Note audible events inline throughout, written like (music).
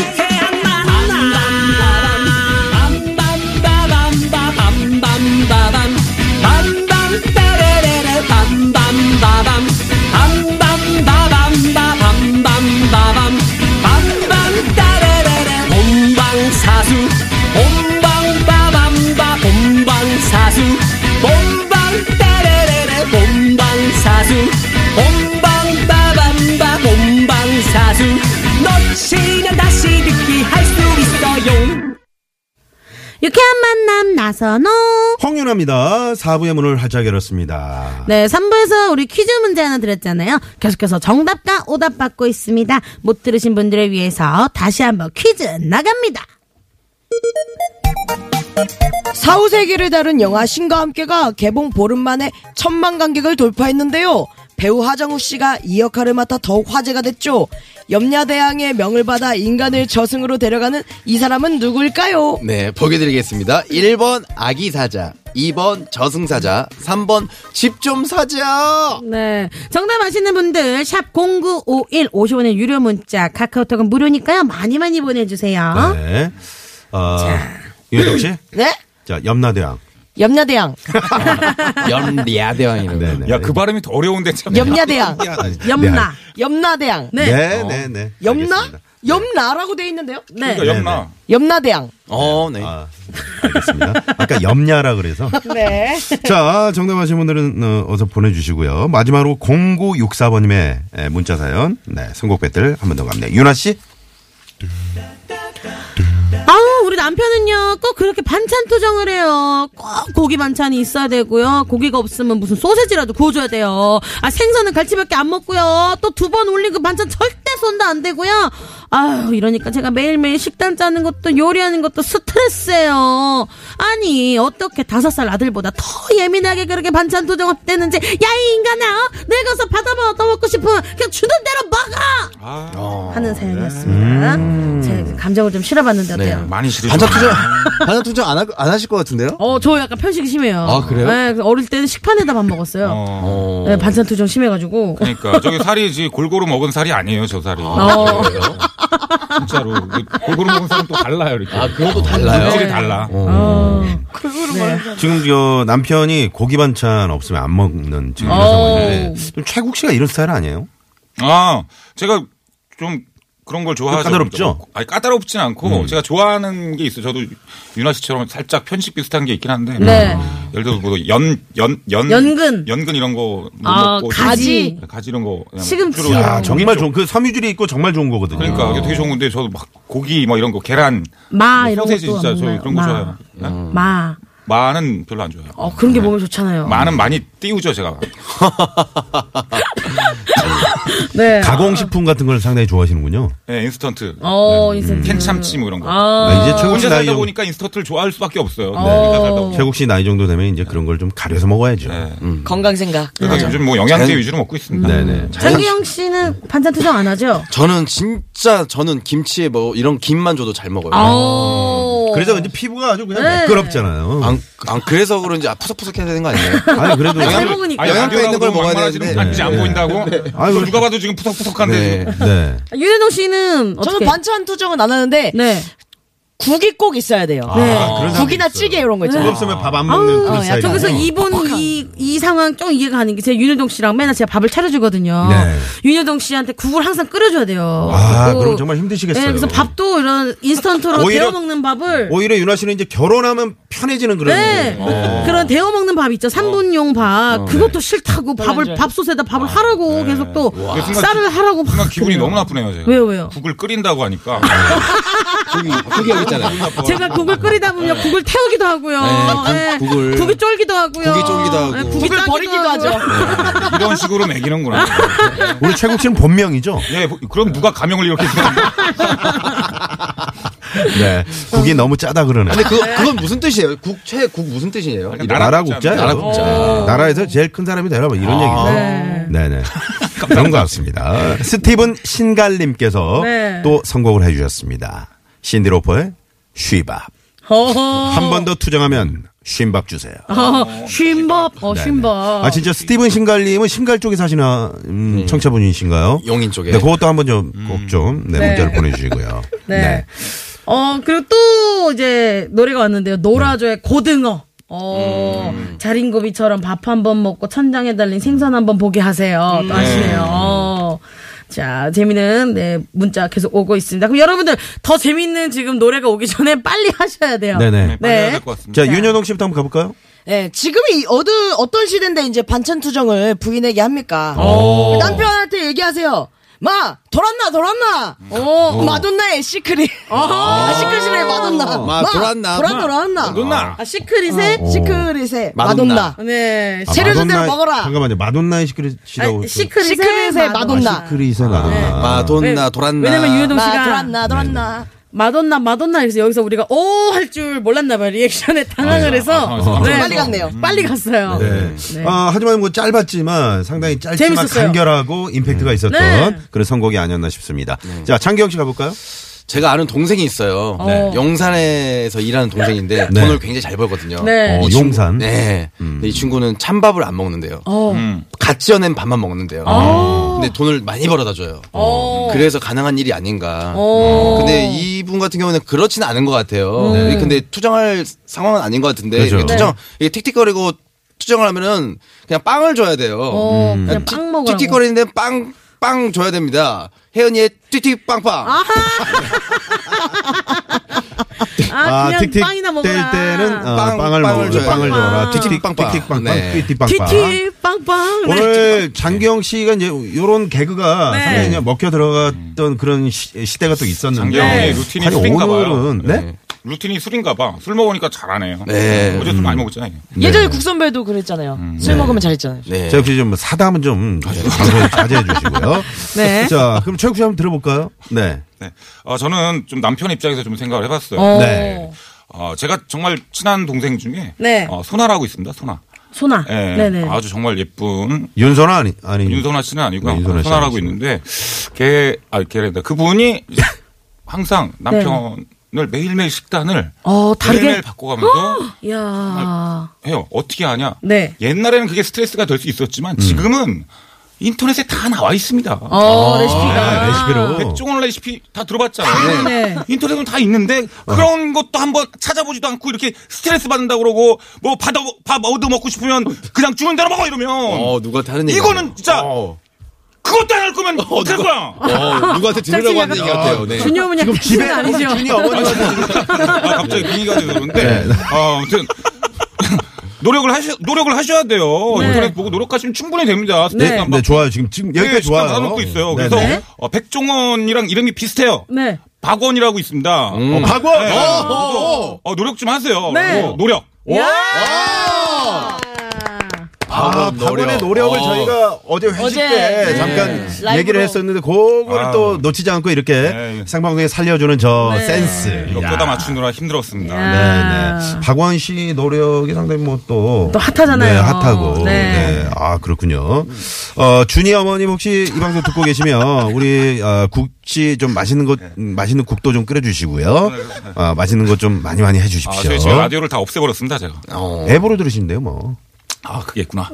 유쾌한 만남 빰빰빠밤빠밤빰빰빠밤 빰빰따레레레 빰빰빠밤 빰빰빠밤빠밤빰빰빠밤 빰빰따레레레 본방사수 본방빠밤빠 본방사수 본방따레레레 본방사수 본방빠밤빠 본방사수 놓치면 다시 듣기 할 수 있어요 유쾌한 만남 나선호. 홍윤아입니다. 4부의 문을 활짝 열었습니다. 네, 3부에서 우리 퀴즈 문제 하나 드렸잖아요. 계속해서 정답과 오답 받고 있습니다. 못 들으신 분들을 위해서 다시 한번 퀴즈 나갑니다. 4, 5세기를 다룬 영화 신과 함께가 개봉 보름 만에 천만 관객을 돌파했는데요. 배우 하정우 씨가 이 역할을 맡아 더욱 화제가 됐죠. 염려대왕의 명을 받아 인간을 저승으로 데려가는 이 사람은 누구일까요? 네, 보게 드리겠습니다. 1번 아기 사자, 2번 저승 사자, 3번 집 좀 (laughs) 사자. 네. 정답 아시는 분들, 샵 0951, 50원의 유료 문자, 카카오톡은 무료니까요. 많이 많이 보내주세요. 네. 어, 유혜정 씨? 네? 자, 염라대왕. 염려대왕, 염리아대왕이라고. 네, 네. 야, 그 발음이 더 어려운데 참. 염려대왕, 염라. 염라대왕, 네. 아, 네, 네, 네. 염라? 알겠습니다. 염라라고 돼 있는데요. 네. 그러니까 어, 염라. 염라대왕. 어, 네. 아, 알겠습니다. 아까 (laughs) 염냐라 그래서. 네. 자, 정답하신 분들은 어, 어서 보내주시고요. 마지막으로 0964번님의 문자 사연, 네, 선곡 배틀 한 번 더 갑니다. 윤아 씨? 아우 우리 남편은요 꼭 그렇게 반찬 투정을 해요 꼭 고기 반찬이 있어야 되고요 고기가 없으면 무슨 소세지라도 구워줘야 돼요 아 생선은 갈치밖에 안 먹고요 또 두 번 올린 그 반찬 절대 손도 안 되고요 아유 이러니까 제가 매일매일 식단 짜는 것도 요리하는 것도 스트레스예요 아니 어떻게 다섯 살 아들보다 더 예민하게 그렇게 반찬 투정을 되는지 야 이 인간아 어? 늙어서 바다만 얻어먹고 싶으면 그냥 주는 대로 먹어 하는 사연이었습니다 제 감정을 좀 실어봤는데 어때요? 많이 싫으 반찬 투정, 반찬 투정 안, 하, 안 하실 것 같은데요? 어, 저 약간 편식이 심해요. 아, 그래요? 네, 그래서 어릴 때는 식판에다 밥 먹었어요. 네, 반찬 투정 심해가지고. 그러니까 저기 살이 지 골고루 먹은 살이 아니에요, 저 살이. 어, 진짜로 골고루 먹은 살은 또 달라요, 이렇게. 아, 그것도 달라요. 네. 질이 달라. 어. 지금 저 남편이 고기 반찬 없으면 안 먹는 지금 이런 어우. 상황인데, 좀 최국 씨가 이런 스타일 아니에요? 아, 제가 좀 그런 걸 좋아하죠. 까다롭죠? 좀. 아니 까다롭진 않고 제가 좋아하는 게 있어. 요 저도 윤아 씨처럼 살짝 편식 비슷한 게 있긴 한데. 네. 예를 들어 뭐연연연 연근. 연근 이런 거못 아, 먹고 가지. 가지 이런 거 그냥 시금치. 주로 야, 정말 좋은, 그 섬유질이 있고 정말 좋은 거거든요. 그러니까 이게 되게 좋은 건데 저도 막 고기 뭐 이런 거 계란 마, 뭐 아, 이런 것도. 소세지 진짜 안 저 먹나요? 그런 거 마. 좋아해요. 네? 마. 마는 별로 안 좋아해요. 어, 그런 게 몸에 좋잖아요. 마는 많이 띄우죠 제가. 네. 가공식품 같은 걸 상당히 좋아하시는군요. 네, 인스턴트. 어, 음. 인센트. 캔참치 뭐 이런 거. 아, 아, 이제 최국 씨 혼자 나이 살다 정도, 보니까 인스턴트를 좋아할 수밖에 없어요. 혼자 살다 어. 보니까. 최국 씨 나이 정도 되면 이제 그런 걸 좀 가려서 먹어야죠. 네. 건강 생각. 네. 그래서 요즘 뭐 영양제 자연- 위주로 먹고 있습니다. 네네. 장기영 씨는 반찬 투정 안 하죠? 저는 진짜, 저는 김치에 뭐, 이런 김만 줘도 잘 먹어요. 어. 그래서 이제 피부가 아주 그냥 네. 매끄럽잖아요. 안, 안, 그래서 그런지 아, 푸석푸석해야 되는 거 아니에요? 아니 그래도 잘 그냥- 먹으니까. 아니, 영양가 있는 걸 라디오라고 먹어야 막말하지는 되는데. 않지, 안 보인다고? 아유, 이거 그렇죠. 누가 봐도 지금 푸석푸석한데. 네. 지금. 네. 유현호 씨는. 저는 어떻게? 반찬 투정은 안 하는데 네. 국이 꼭 있어야 돼요. 아, 그런 국이나 사람도 있어요. 네. 찌개 이런 거 있잖아요. 그거 없으면 밥 안 먹는 아우, 그런 어, 야, 스타일. 저 그래서 어, 이분 이, 이 상황 좀 이해가 가는 게, 제가 윤여동 씨랑 맨날 제가 밥을 차려주거든요. 네. 윤여동 씨한테 국을 항상 끓여줘야 돼요. 아, 그리고- 그럼 정말 힘드시겠어요. 네, 그래서 밥도 이런 인스턴트로 오히려- 데워 먹는 밥을. 오히려 윤아 씨는 이제 결혼하면 편해지는 그런. 네. 그런 데워 먹는 밥 있죠. 3분용 밥. 그것도 싫다고 밥을 밥솥에다 밥을 하라고 계속 또 와. 순간 쌀을 하라고 순간 막 기분이 그래요. 너무 나쁘네요, 제가. 왜요, 왜요? 국을 끓인다고 하니까. 그게, 네. 그게 여기 있잖아요. 제가 국을 끓이다 보면 국을 태우기도 하고요. 네, 국- 국을- 국이 쫄기도 하고요. 네, 국이 쫄기도 하고. 국이 국을 짜기도 버리기도 하죠. (laughs) 이런 식으로 먹이는구나. 우리 최국 씨는 (laughs) 본명이죠. 예, 그럼 누가 가명을 이렇게 쓰나? 네. 국이 너무 짜다 그러네. 근데 그, 그건 무슨 뜻이에요? 국, 최, 국 무슨 뜻이에요? 아니, 이런- 나라 국자. 어. 나라 국자. 나라에서 제일 큰 사람이 되라 뭐 이런 얘기죠. 네. (laughs) 네 그런 것 같습니다. 스티븐 신갈님께서 네. 또 선곡을 해주셨습니다. 신디로퍼의 쉬밥. 허허. 어. 한 번 더 투정하면 쉰밥 주세요. 어, 쉰밥, 어, 쉰밥. 아 진짜 스티븐 신갈님은 신갈 쪽에 사시나 음, 청취자분이신가요? 용인 쪽에. 네, 그것도 한번 좀 꼭 좀 네, 네. 문자를 보내주시고요. 네. 어, 그리고 또 이제 노래가 왔는데요. 노라조의 고등어. 어, 음. 자린고비처럼 밥 한 번 먹고 천장에 달린 생선 한 번 보게 하세요. 음. 또 아시네요. 어. 자, 재미는 네, 문자 계속 오고 있습니다. 그럼 여러분들 더 재밌는 지금 노래가 오기 전에 빨리 하셔야 돼요. 네, 네. 빨리 해야 네. 될 것 같습니다. 자 윤여동 씨부터 한번 가볼까요? 네, 지금이 어느 어떤 시대인데 이제 반찬 투정을 부인에게 합니까? 남편한테 얘기하세요. 마 돌았나 돌았나. 음. 어, 마돈나의 시크릿. 아, 시크릿의 마돈나. 어. 마, 돌았나, 돌았 마. 돌았나. 누나 아, 시크릿에? 시크릿의 마돈나. 마돈나. 네. 아, 재료 제대로 마돈나의- 먹어라. 잠깐만요. 마돈나의 시크릿이라고. 아, 아, 시크릿에, 시크릿의 마돈나. 마돈나. 시크릿에 네. 마돈나. 마돈나, 돌았나. 왜냐면 유해동 마 씨가 네. 돌았나 돌았나. 마돈나 마돈나 그래서 여기서 우리가 오 할 줄 몰랐나 봐요 아, 예. 리액션에 당황을 해서 당황해서. 네, 빨리 갔네요. 빨리 갔어요. 네. 네. 아, 하지만 뭐 짧았지만 음. 상당히 짧지만 재밌었어요. 간결하고 임팩트가 있었던 네. 그런 선곡이 아니었나 싶습니다. 네. 자, 창경 씨 가볼까요? 제가 아는 동생이 있어요. 네. 용산에서 일하는 동생인데 네. 돈을 굉장히 잘 벌거든요. 네. 어, 이 친구- 용산. 음. 네. 근데 이 친구는 찬밥을 안 먹는데요. 어. 아. 갓 지어낸 밥만 먹는데요. 근데 돈을 많이 벌어다 줘요. 어. 그래서 가능한 일이 아닌가. 어. 음. 근데 이분 같은 경우는 그렇지는 않은 것 같아요. 네. 근데 투정할 상황은 아닌 것 같은데 그죠. 이게 네. 투정 이게 틱틱거리고 투정을 하면은 그냥 빵을 줘야 돼요. 그러니까 어, 그냥 빵 먹으라고. 틱틱거리는데 빵 빵 줘야 됩니다. 혜연이의 틱틱 빵빵. 아, 그냥 틱틱 빵이나 먹어라. 뗄 때는 어, 빵, 빵을 빵을 먹어 줘요. 빵을 빵빵. 줘라. 틱틱 빵빵. 틱틱 빵빵. 네. 틱틱 빵빵. 틱틱 빵빵. 네. 오늘 장기영 씨가 이제 요런 개그가 네. 상당히 그냥 먹혀 들어갔던 그런 시, 시대가 또 있었는데 음. 네. 장기영의 루틴이 아니 술인가 봐요. 오늘은 네? 루틴이 술인가 봐. 술 먹으니까 잘하네요. 네. 어제 술 많이 먹었잖아요. 예전에 국선배도 그랬잖아요. 술 먹으면 잘했잖아요. 네. 자, 혹시 좀 사담은 좀 네, 방송 자제해 주시고요. 네. 자, 그럼 최욱 씨 한번 들어볼까요? 네. 네. 어, 저는 좀 남편 입장에서 좀 생각을 해봤어요. 어. 네. 어, 제가 정말 친한 동생 중에 네. 어, 소나라고 있습니다. 소나. 소나. 예. 네, 네. 아주 정말 예쁜 윤선아 아니 아니 윤선아 씨는 아니고요. 네, 윤선아 씨 소나라고 아니시고. 있는데 걔, 아, 걔란다. 그분이 항상 남편을 매일매일 식단을 어, 다르게? 매일매일 바꿔가면서 야. 해요. 어떻게 하냐? 네. 옛날에는 그게 스트레스가 될 수 있었지만 지금은 인터넷에 다 나와 있습니다. 어, 레시피가. 네, 아. 레시피로 백종원 레시피 다 들어봤잖아요. 네. 인터넷은 다 있는데 어. 그런 것도 한번 찾아보지도 않고 이렇게 스트레스 받는다 그러고 뭐 받아 밥 얻어 먹고 싶으면 그냥 주는 대로 먹어 이러면 어, 누구한테 하는 얘기. 이거는 진짜 어, 그것도 안 할 거면 어떡할 거야? 어, 누구한테 들으라고 하는 얘기 같아요. 네. 준이 어머니 지금 집에 아니죠? 아, 갑자기 비위가 돼서 네, 그런데 어, 아무튼 (laughs) 노력을 하셔 노력을 하셔야 돼요. 네. 인터넷 보고 노력하시면 충분히 됩니다. 네, 스트레스 안 네, 받고 좋아요. 지금 지금 네, 여기가 식당 좋아요. 나눠먹고 있어요. 네, 그래서 네. 어, 백종원이랑 이름이 비슷해요. 네. 박원이라고 있습니다. 어, 박원. 네. 어, 그래서, 어, 노력 좀 하세요. 네. 어, 노력. 아, 박원의 노력을 저희가 어제 회식 어제, 때 네. 잠깐 라이브로. 얘기를 했었는데 그거를 아유. 또 놓치지 않고 이렇게 네. 생방송에 살려주는 저 센스. 이거 야. 뼈다 맞추느라 힘들었습니다. 야. 네, 네. 박원 씨 노력이 상당히 뭐또 또 핫하잖아요. 네, 핫하고. 네. 네. 아, 그렇군요. 어, 준이 어머님 혹시 이 방송 듣고 계시면 우리 어, 국지 좀 맛있는 것 음, 맛있는 국도 좀 끓여 주시고요. 아, 맛있는 것 좀 많이 많이 해 아, 주십시오. 저희 지금 라디오를 다 없애버렸습니다, 제가. 어. 앱으로 들으신대요, 뭐. 아, 그게 있구나.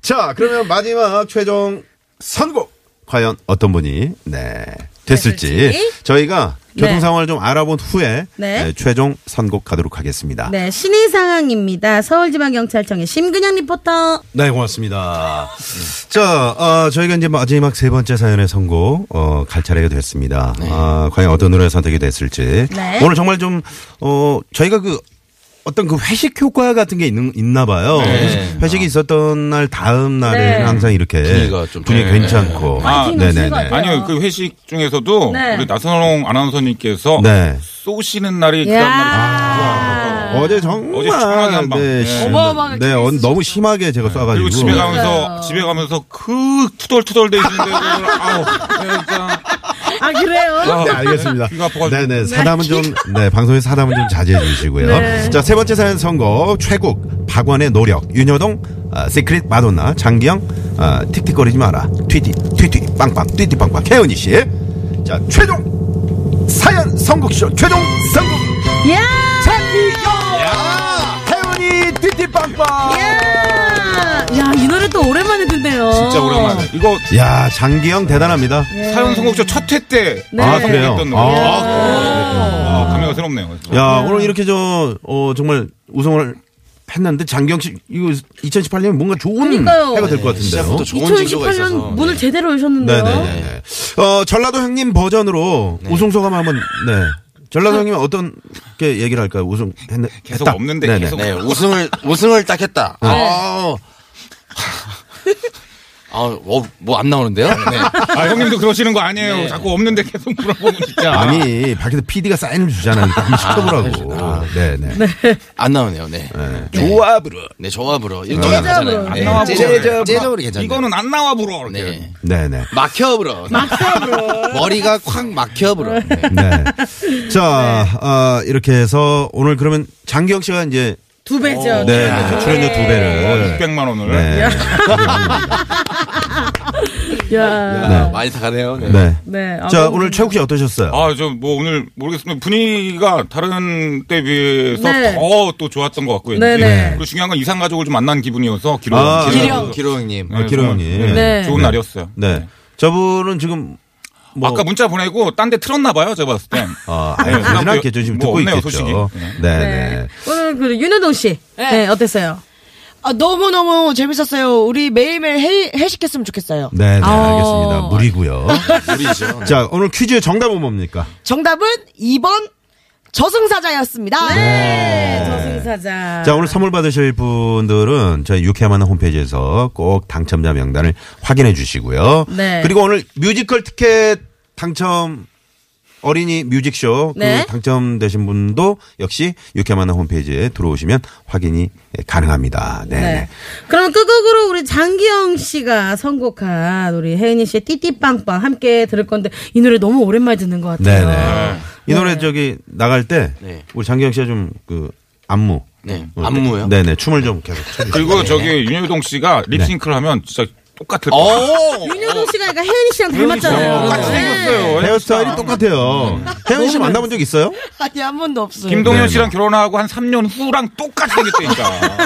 자, 그러면 마지막 최종 선곡 과연 어떤 분이 네 됐을지 됐을지? 저희가 네. 교통 상황을 좀 알아본 후에 네. 네, 최종 선곡 가도록 하겠습니다. 네, 네, 신의 상황입니다. 서울지방경찰청의 심근양 리포터. 네, 고맙습니다. 자, 어, 저희가 이제 마지막 세 번째 사연의 선곡 어, 갈 차례가 됐습니다. 아, 과연 어떤 노래 선택이 됐을지 네. 오늘 정말 좀 어, 저희가 그 어떤 그 회식 효과 같은 게 있는, 있나 봐요. 네. 회식이 있었던 날 다음 날에는 네. 항상 이렇게 분위기가 좀 분위기 네. 괜찮고 네, 아, 파이팅 넘치는 것 같아요. 아니요, 그 회식 중에서도 네. 우리 나선홍 아나운서님께서 네. 아, 쏘시는 날이 그 다음날 야. 어제 정말 어제 시원하게 한 방. 네, 네. 시- 어마어마하게 네, 어, 너무 심하게 제가 쏴가지고 그리고 집에 맞아요. 가면서 집에 가면서 그 (laughs) 투덜투덜 대시는데 아우 네, 진짜 아, 그래요? 네, 알겠습니다. 귀가 아파가지고. 네네 사담은 좀 네 방송에 사담은 좀 자제해 주시고요. 네. 자 세 번째 사연 선거 최국 박원의 노력 윤여동 아, 시크릿 마돈나 장기영 아, 틱틱거리지 마라 튀티 튀티 빵빵 튀티 빵빵 혜은이 씨자 최종 사연 선곡쇼 최종 선곡 야! 장기영 봐. 야, 이 노래 또 오랜만에 듣네요. 진짜 오랜만에. 이거 예. 야, 장기영 대단합니다. 사연 선곡쇼 첫회때 네. 아, 네. 그래요? 했던 노래. 어. 아, 아, 감회가 새롭네요. 야, 음. 오늘 이렇게 저, 어, 정말 우승을 했는데 장기영 씨, 이거 2018년 뭔가 좋은 그러니까요. 네. 해가 될 것 같은데요. 시작부터 좋은 징조가 2018년 있어서. 문을 제대로 여셨는데요. 네네네. 어, 전라도 형님 버전으로 우승 소감 한번, 네. 전라도 아. 형님은 어떤 게 얘기를 할까요? 우승 했, 계속 했다. 없는데 네네. 계속. 네, 우승을 우승을 딱 했다. 아. 아, 뭐 안 나오는데요? 네. 아, 형님도 그러시는 거 아니에요. 자꾸 없는데 계속 물어보면 진짜. 네. 아니, 밖에서 PD가 사인을 주잖아요. 그러니까 한번 시켜보라고. 네네. 네. 안 나오네요. 네. 조합으로. 네, 조합으로 일정잖아요 네, 안 나와 보러. 제적으로 괜찮아요. 이거는 안 나와 불어. 이렇게. 네. 네네. 막혀불어. 막혀불어. 머리가 콱 막혀불어. 네. 네. 자, 아, 이렇게 해서 오늘 그러면 장기영 씨가 이제 두 배죠. 네, 출연료 두 배를. 600만 어, 원을. 네. 야. 아, 많이 사가네요. 네. 네. 네. 아, 자, 너무- 오늘 최욱 씨 어떠셨어요? 아, 저 뭐 오늘 모르겠습니다. 분위기가 다른 때에 비해서 네. 더 또 좋았던 것 같고 네, 왠지. 네. 그리고 중요한 건 이상 가족을 좀 만난 기분이어서 기록. 아, 기령. 기령 형님. 아, 기록 형님. 네. 좋은 날이었어요. 네. 저분은 지금 뭐 아까 문자 보내고 딴 데 틀었나 봐요. 제가 봤을 땐. 아, 아니, 그러진 네. 않겠죠. 지금 뭐 듣고 없네요, 있겠죠. 솔직히. 네. 네, 네. 오늘 그 윤여동 씨. 네. 네. 어땠어요? 아, 너무너무 재밌었어요. 우리 매일매일 해, 회식했으면 좋겠어요. 네, 네, 아. 알겠습니다. 무리고요. (laughs) 우리죠. 자, 오늘 퀴즈의 정답은 뭡니까? 정답은 2번 저승사자였습니다. 네. 저승사자. 자, 오늘 선물 받으실 분들은 저희 유쾌만한 홈페이지에서 꼭 당첨자 명단을 확인해 주시고요. 네. 그리고 오늘 뮤지컬 티켓 당첨 어린이 뮤직쇼 그 네. 당첨되신 분도 역시 유쾌만한 홈페이지에 들어오시면 확인이 가능합니다. 네. 네. 네. 그럼 끝곡으로 우리 장기영 씨가 선곡한 우리 혜은이 씨의 띠띠빵빵 함께 들을 건데 이 노래 너무 오랜만에 듣는 것 같아요. 네네. 이 노래 저기 나갈 때 네. 우리 장기영 씨가 좀 그 안무. 네. 어, 안무요? 네네. 춤을 좀 계속 춰주세요. 그리고 저기 윤여동 씨가 립싱크를 하면 진짜 똑같을 오! 어. 거예요. 네. 윤여동 씨가 그러니까 혜은이 씨랑 닮았잖아요. 똑같이 네. (laughs) 생겼어요. 헤어스타일이 똑같아요. 혜연 씨 만나본 적 있어요? 아니, 한 번도 없어요. 김동현 씨랑 결혼하고 한 3년 후랑 똑같이 생겼다니까.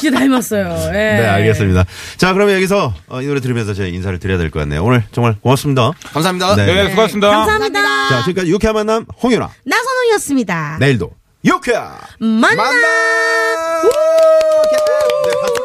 진짜 닮았어요. 예. 네, 알겠습니다. 자, 그러면 여기서 어, 이 노래 들으면서 저희 인사를 드려야 될 것 같네요. 오늘 정말 고맙습니다. 감사합니다. 네. 네, 수고하셨습니다. 감사합니다. 자, 지금까지 유쾌한 만남 홍윤아. 네. 나선홍이었습니다. 내일도 유쾌한 만나. 만남! 네, 박수. 네, 아.